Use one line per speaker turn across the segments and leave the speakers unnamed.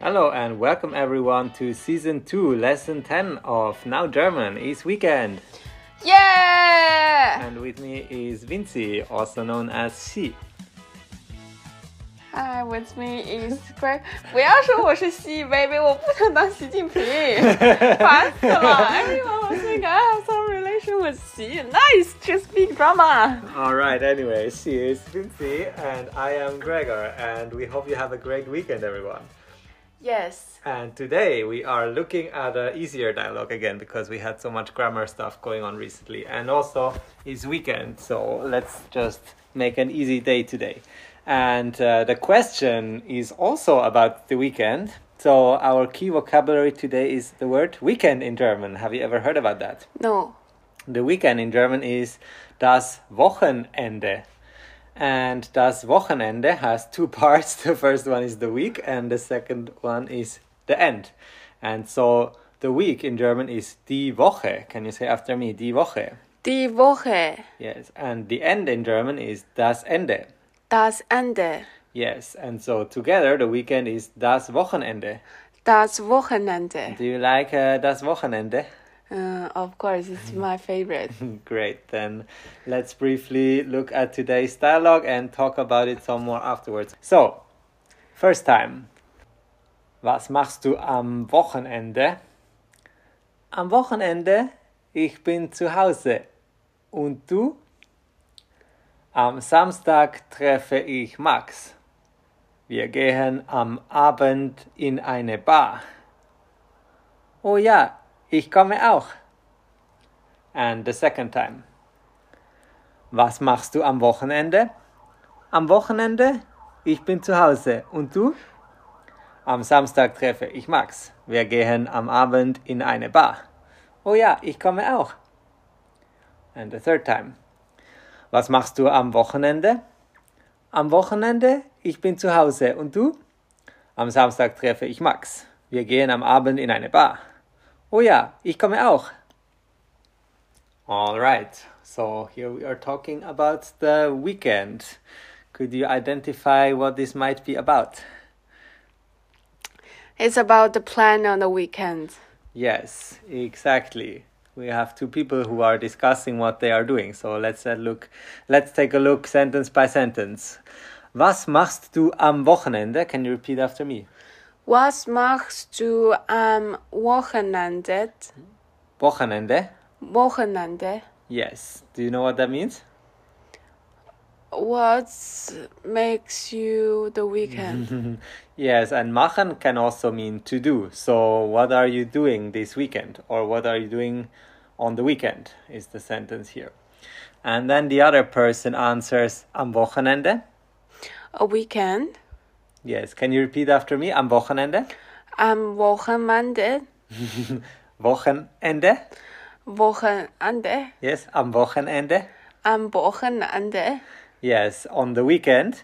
Hello and welcome everyone to season 2, lesson 10 of Now German is Weekend.
Yeah!
And with me is Vinci, also known as Xi.
Hi, with me is Greg。不要说我是习近平，我不想当习近平，烦死了。Everyone was like, I have some relation with Xi. Nice, just big drama.
Alright, anyway, she is Vinci and I am Gregor, and we hope you have a great weekend, everyone.
Yes.
And today we are looking at an easier dialogue again because we had so much grammar stuff going on recently, and also it's weekend, so let's just make an easy day today. And uh, the question is also about the weekend. So our key vocabulary today is the word weekend in German. Have you ever heard about that?
No.
The weekend in German is das Wochenende. And das Wochenende has two parts. The first one is the week, and the second one is the end. And so the week in German is die Woche. Can you say after me, die Woche?
Die Woche,
Yes. And the end in German is das Ende.
das Ende,
Yes. And so together the weekend is das Wochenende.
das Wochenende.
Do you like uh, das Wochenende?
Uh, of course, it's my favorite.
Great. Then let's briefly look at today's dialogue and talk about it some more afterwards. So, first time. Was machst du am Wochenende? Am Wochenende, ich bin zu Hause. Und du? Am Samstag treffe ich Max. Wir gehen am Abend in eine Bar. Oh ja, ich komme auch. And the second time. Was machst du am Wochenende? Am Wochenende? Ich bin zu Hause. Und du? Am Samstag treffe ich Max. Wir gehen am Abend in eine Bar. Oh ja, ich komme auch. And the third time. Was machst du am Wochenende? Am Wochenende? Ich bin zu Hause. Und du? Am Samstag treffe ich Max. Wir gehen am Abend in eine Bar. Oh ja, ich komme auch. All right. So here we are talking about the weekend. Could you identify what this might be about?
It's about the plan on the weekend.
Yes, exactly. We have two people who are discussing what they are doing. So let's uh, look. Let's take a look sentence by sentence. Was machst du am Wochenende? Can you repeat after me?
Was um, machst du am Wochenende?
Wochenende.
Wochenende.
Yes. Do you know what that means?
What makes you the weekend?
Yes, and machen can also mean to do. So, what are you doing this weekend? Or what are you doing on the weekend? Is the sentence here. And then the other person answers am Wochenende.
A weekend?
Yes, can you repeat after me? Am Wochenende?
Am Wochenende?
Wochenende?
Wochenende?
Yes, am Wochenende.
Am Wochenende?
Yes, on the weekend.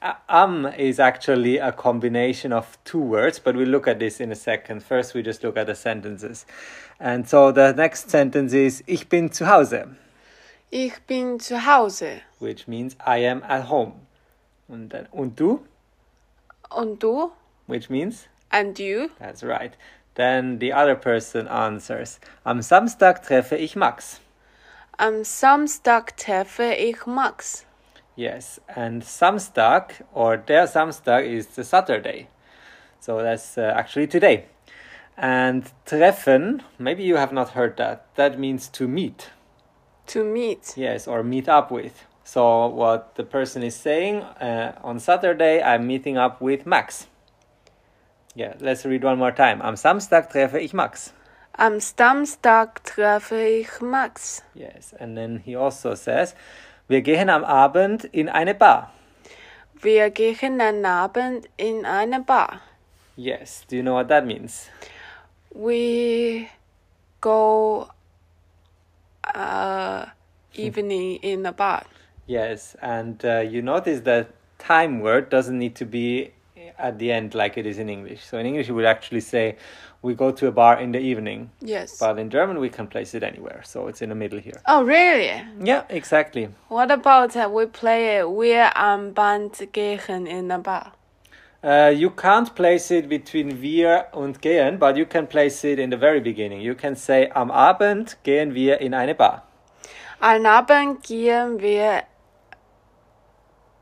A- Am is actually a combination of two words, but we'll look at this in a second. First, we just look at the sentences. And so the next sentence is Ich bin zu Hause,
Ich bin zu Hause.
which means I am at home. And then Und du,
Und du?
which means
And you?
that's right. Then the other person answers Am Samstag treffe ich Max.
Am Samstag treffe ich Max.
Yes, and Samstag or der Samstag is the Saturday. So that's uh, actually today. And treffen, maybe you have not heard that. That means to meet.
To meet.
Yes, or meet up with. So what the person is saying uh, on Saturday, I'm meeting up with Max. Yeah, let's read one more time. Am Samstag treffe ich Max.
Am Samstag treffe ich Max.
Yes, and then he also says, wir gehen am Abend in eine Bar.
Wir gehen am Abend in eine Bar.
Yes, do you know what that means?
we go uh evening in a bar
Yes, and uh, you notice that time word doesn't need to be at the end like it is in English. So in English, you would actually say, "We go to a bar in the evening,"
yes
but in German, we can place it anywhere. So it's in the middle here.
oh really
Yeah, exactly.
um, what about uh, we play it wir am band gehen in a bar
Uh, you can't place it between wir und gehen, but you can place it in the very beginning. You can say, am Abend gehen wir in eine Bar.
Am Abend gehen wir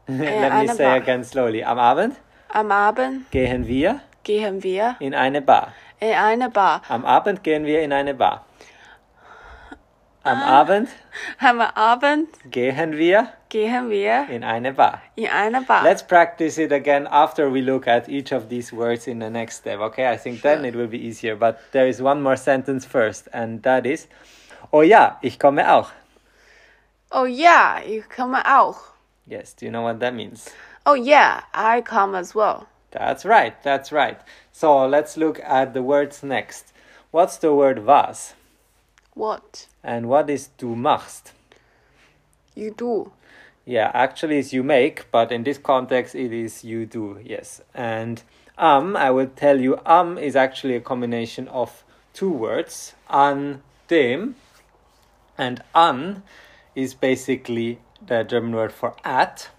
Let me
Äh, eine
say
Bar.
again slowly. Am Abend
am Abend
gehen wir
gehen wir
in eine Bar.
in eine Bar.
Am Abend gehen wir in eine Bar. Am
Ah.
Abend
Am Abend
gehen wir
gehen wir
in eine Bar.
in eine Bar.
Let's practice it again after we look at each of these words in the next step, okay? I think then it will be easier. But there is one more sentence first, and that is, oh ja, ich komme auch.
oh yeah, ich komme auch.
Yes, do you know what that means?
Oh yeah, I come as well.
That's right, that's right. So let's look at the words next. What's the word was?
What
And what is du machst?
you do?
Yeah, actually it's you make, but in this context it is you do, yes. And am, I will tell you, am is actually a combination of two words, an dem, and an is basically the German word for at,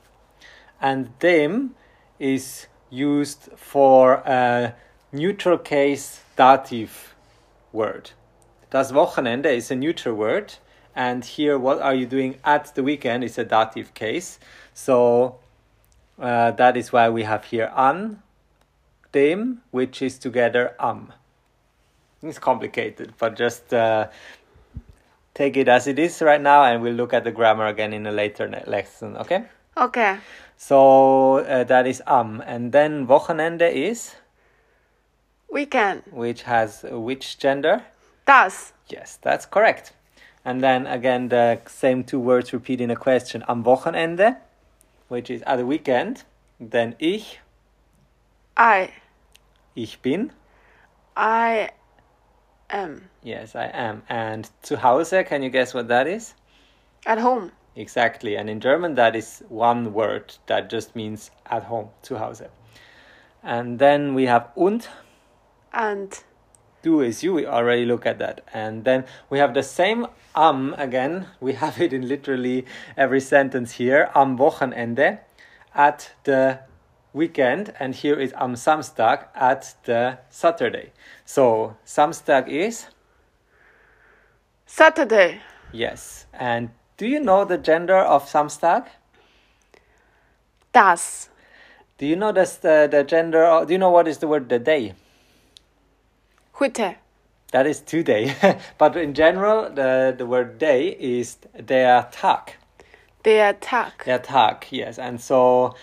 and dem is used for a neutral case dative word. Das Wochenende is a neutral word, and here, what are you doing at the weekend is a dative case. So uh, that is why we have here an, dem, which is together am. It's complicated, but just uh, take it as it is right now, and we'll look at the grammar again in a later ne- lesson, okay?
Okay.
So uh, that is am, and then Wochenende is,
Weekend.
which has uh, which gender?
Das.
Yes, that's correct. And then again, the same two words repeat in a question. Am Wochenende, which is at the weekend. Then ich,
I.
ich bin.
I am
Yes, I am. And zu Hause, can you guess what that is?
at home.
Exactly. And in German, that is one word that just means at home, zu Hause. And then we have und.
And
do is you. We already look at that. And then we have the same am again. We have it in literally every sentence here. Am Wochenende, at the weekend. And here is am Samstag, at the Saturday. So Samstag is,
Saturday.
yes. And do you know the gender of Samstag?
Das.
Do you know this, the, the gender? Or, do you know what is the word the day?
Heute.
That is today. but in general, the, the word day is der Tag.
Der Tag.
Der Tag, yes. And so,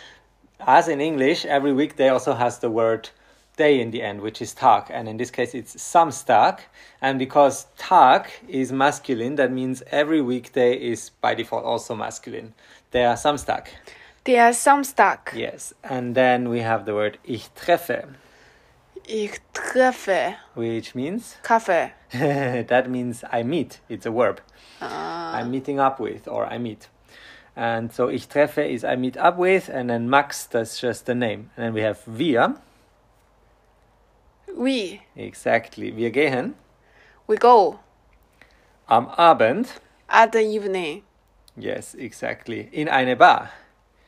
as in English, every weekday also has the word day in the end, which is Tag. And in this case, it's Samstag. And because Tag is masculine, that means every weekday is by default also masculine. Der Samstag,
Der Samstag.
yes. And then we have the word Ich treffe,
Ich treffe
which means
Kaffee.
that means I meet. It's a verb. I'm meeting up with or I meet. And so ich treffe is I meet up with, and then Max, that's just the name. And then we have wir.
We.
Exactly. Wir gehen
We go.
am Abend.
At the evening.
Yes, exactly. In eine Bar.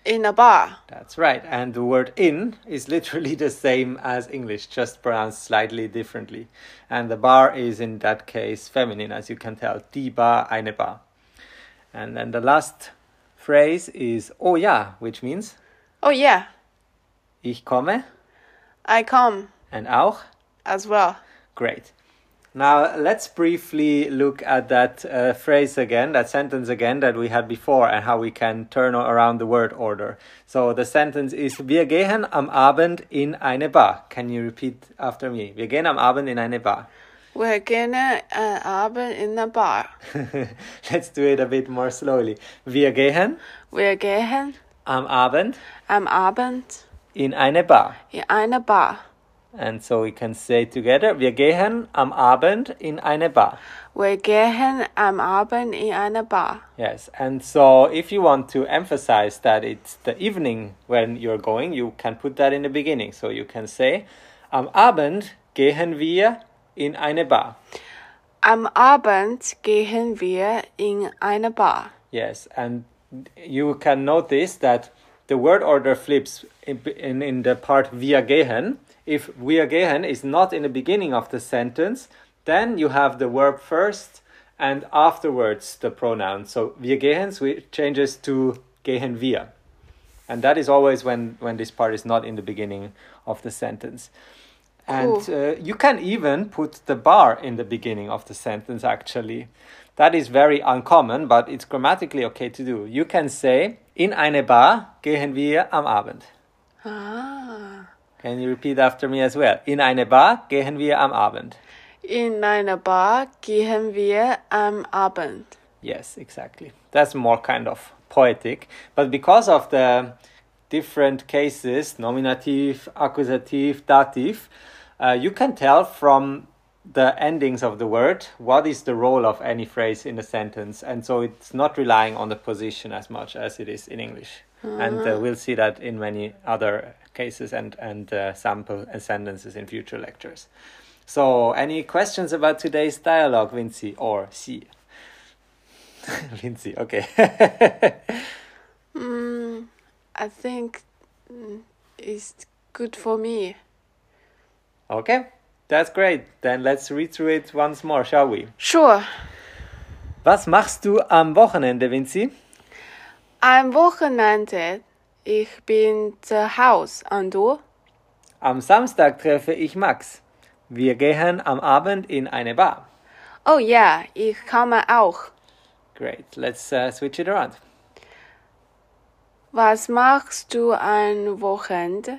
In a bar.
That's right. And the word in is literally the same as English, just pronounced slightly differently. And the bar is in that case feminine, as you can tell. Die Bar, eine Bar. And then the last phrase is oh ja, which means
Oh yeah.
ich komme
I come
and auch
as well.
Great. Now let's briefly look at that uh, phrase again, that sentence again that we had before, and how we can turn around the word order. So the sentence is: Wir gehen am Abend in eine Bar. Can you repeat after me? Wir gehen am Abend in eine Bar.
We're gonna an Abend in a bar.
let's do it a bit more slowly. Wir gehen
Wir gehen
am Abend
am Abend
in eine Bar.
in eine Bar.
And so we can say together: Wir gehen am Abend in eine Bar.
Wir gehen am Abend in eine Bar.
Yes, and so if you want to emphasize that it's the evening when you're going, you can put that in the beginning. So you can say, Am Abend gehen wir in eine Bar.
Am Abend gehen wir in eine Bar.
Yes, and you can notice that the word order flips in, in, in the part via gehen. If via gehen is not in the beginning of the sentence, then you have the verb first and afterwards the pronoun. So via gehen swi- changes to gehen via. And that is always when, when this part is not in the beginning of the sentence. And
Cool.
uh, you can even put the bar in the beginning of the sentence, actually. That is very uncommon, but it's grammatically okay to do. You can say, In eine Bar gehen wir am Abend.
Ah.
Can you repeat after me as well? In eine Bar gehen wir am Abend.
In einer Bar gehen wir am Abend.
Yes, exactly. That's more kind of poetic. But because of the different cases, nominative, accusative, dative, uh, you can tell from the endings of the word what is the role of any phrase in a sentence. And so it's not relying on the position as much as it is in English. And uh, we'll see that in many other cases and, and uh, sample and sentences in future lectures. So, any questions about today's dialogue, Vinci or C? Lindsay, okay.
Mm, I think mm, it's good for me.
okay, that's great. Then let's read through it once more, shall we?
Sure.
Was machst du am Wochenende, Vinci?
Am Wochenende. Ich bin zu Hause. Und du?
Am Samstag treffe ich Max. Wir gehen am Abend in eine Bar.
Oh ja, ich komme auch.
Great, let's uh, switch it around.
Was machst du am Wochenende?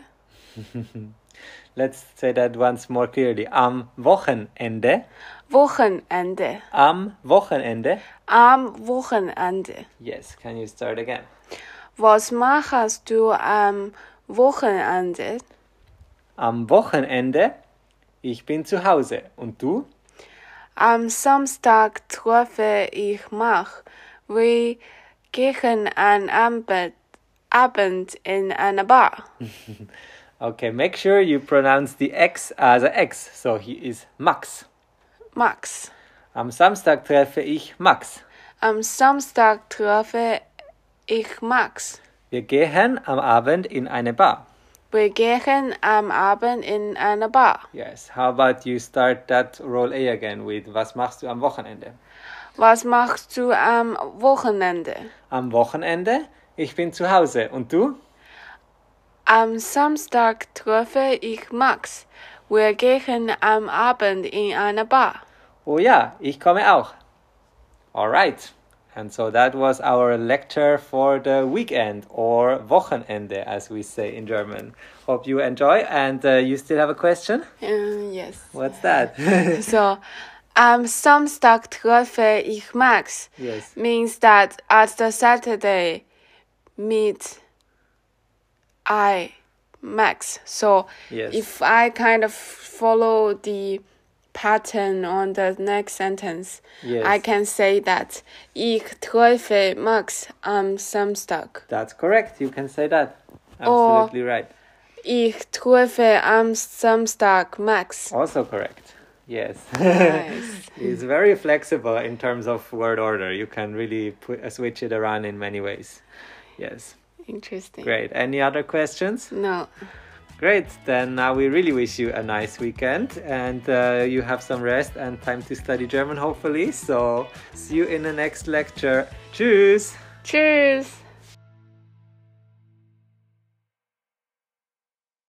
Let's say that once more clearly. Am Wochenende.
Wochenende.
Am Wochenende.
Am Wochenende.
Yes, can you start again?
Was machst du am Wochenende?
Am Wochenende. Ich bin zu Hause. Und du?
Am Samstag treffe ich Mach. Wir gehen an Abend, Abend in eine Bar.
Okay, make sure you pronounce the X as a X. So he is Max.
Max.
Am Samstag treffe ich Max.
Am Samstag treffe ich Max.
Wir gehen am Abend in eine Bar.
Wir gehen am Abend in eine Bar.
Yes, how about you start that role A again with Was machst du am Wochenende?
Was machst du am Wochenende?
Am Wochenende? Ich bin zu Hause. Und du?
Am Samstag treffe ich Max. Wir gehen am Abend in eine Bar.
Oh ja, ich komme auch. Alright. And so that was our lecture for the weekend or Wochenende as we say in German. Hope you enjoy and uh, you still have a question?
Mm, yes.
What's that?
So, am Samstag treffe ich Max.
yes.
Means that at the Saturday meet I Max. So,
Yes.
if I kind of follow the pattern on the next sentence,
Yes.
I can say that ich treffe Max am Samstag.
That's correct. You can say that. Absolutely right.
Ich treffe am Samstag Max.
Also correct. Yes.
Nice.
it's very flexible in terms of word order. You can really put, uh, switch it around in many ways. Yes.
Interesting.
Great. Any other questions?
No.
Great. Then uh, we really wish you a nice weekend and uh, you have some rest and time to study German, hopefully. So, see you in the next lecture. Tschüss.
Cheers.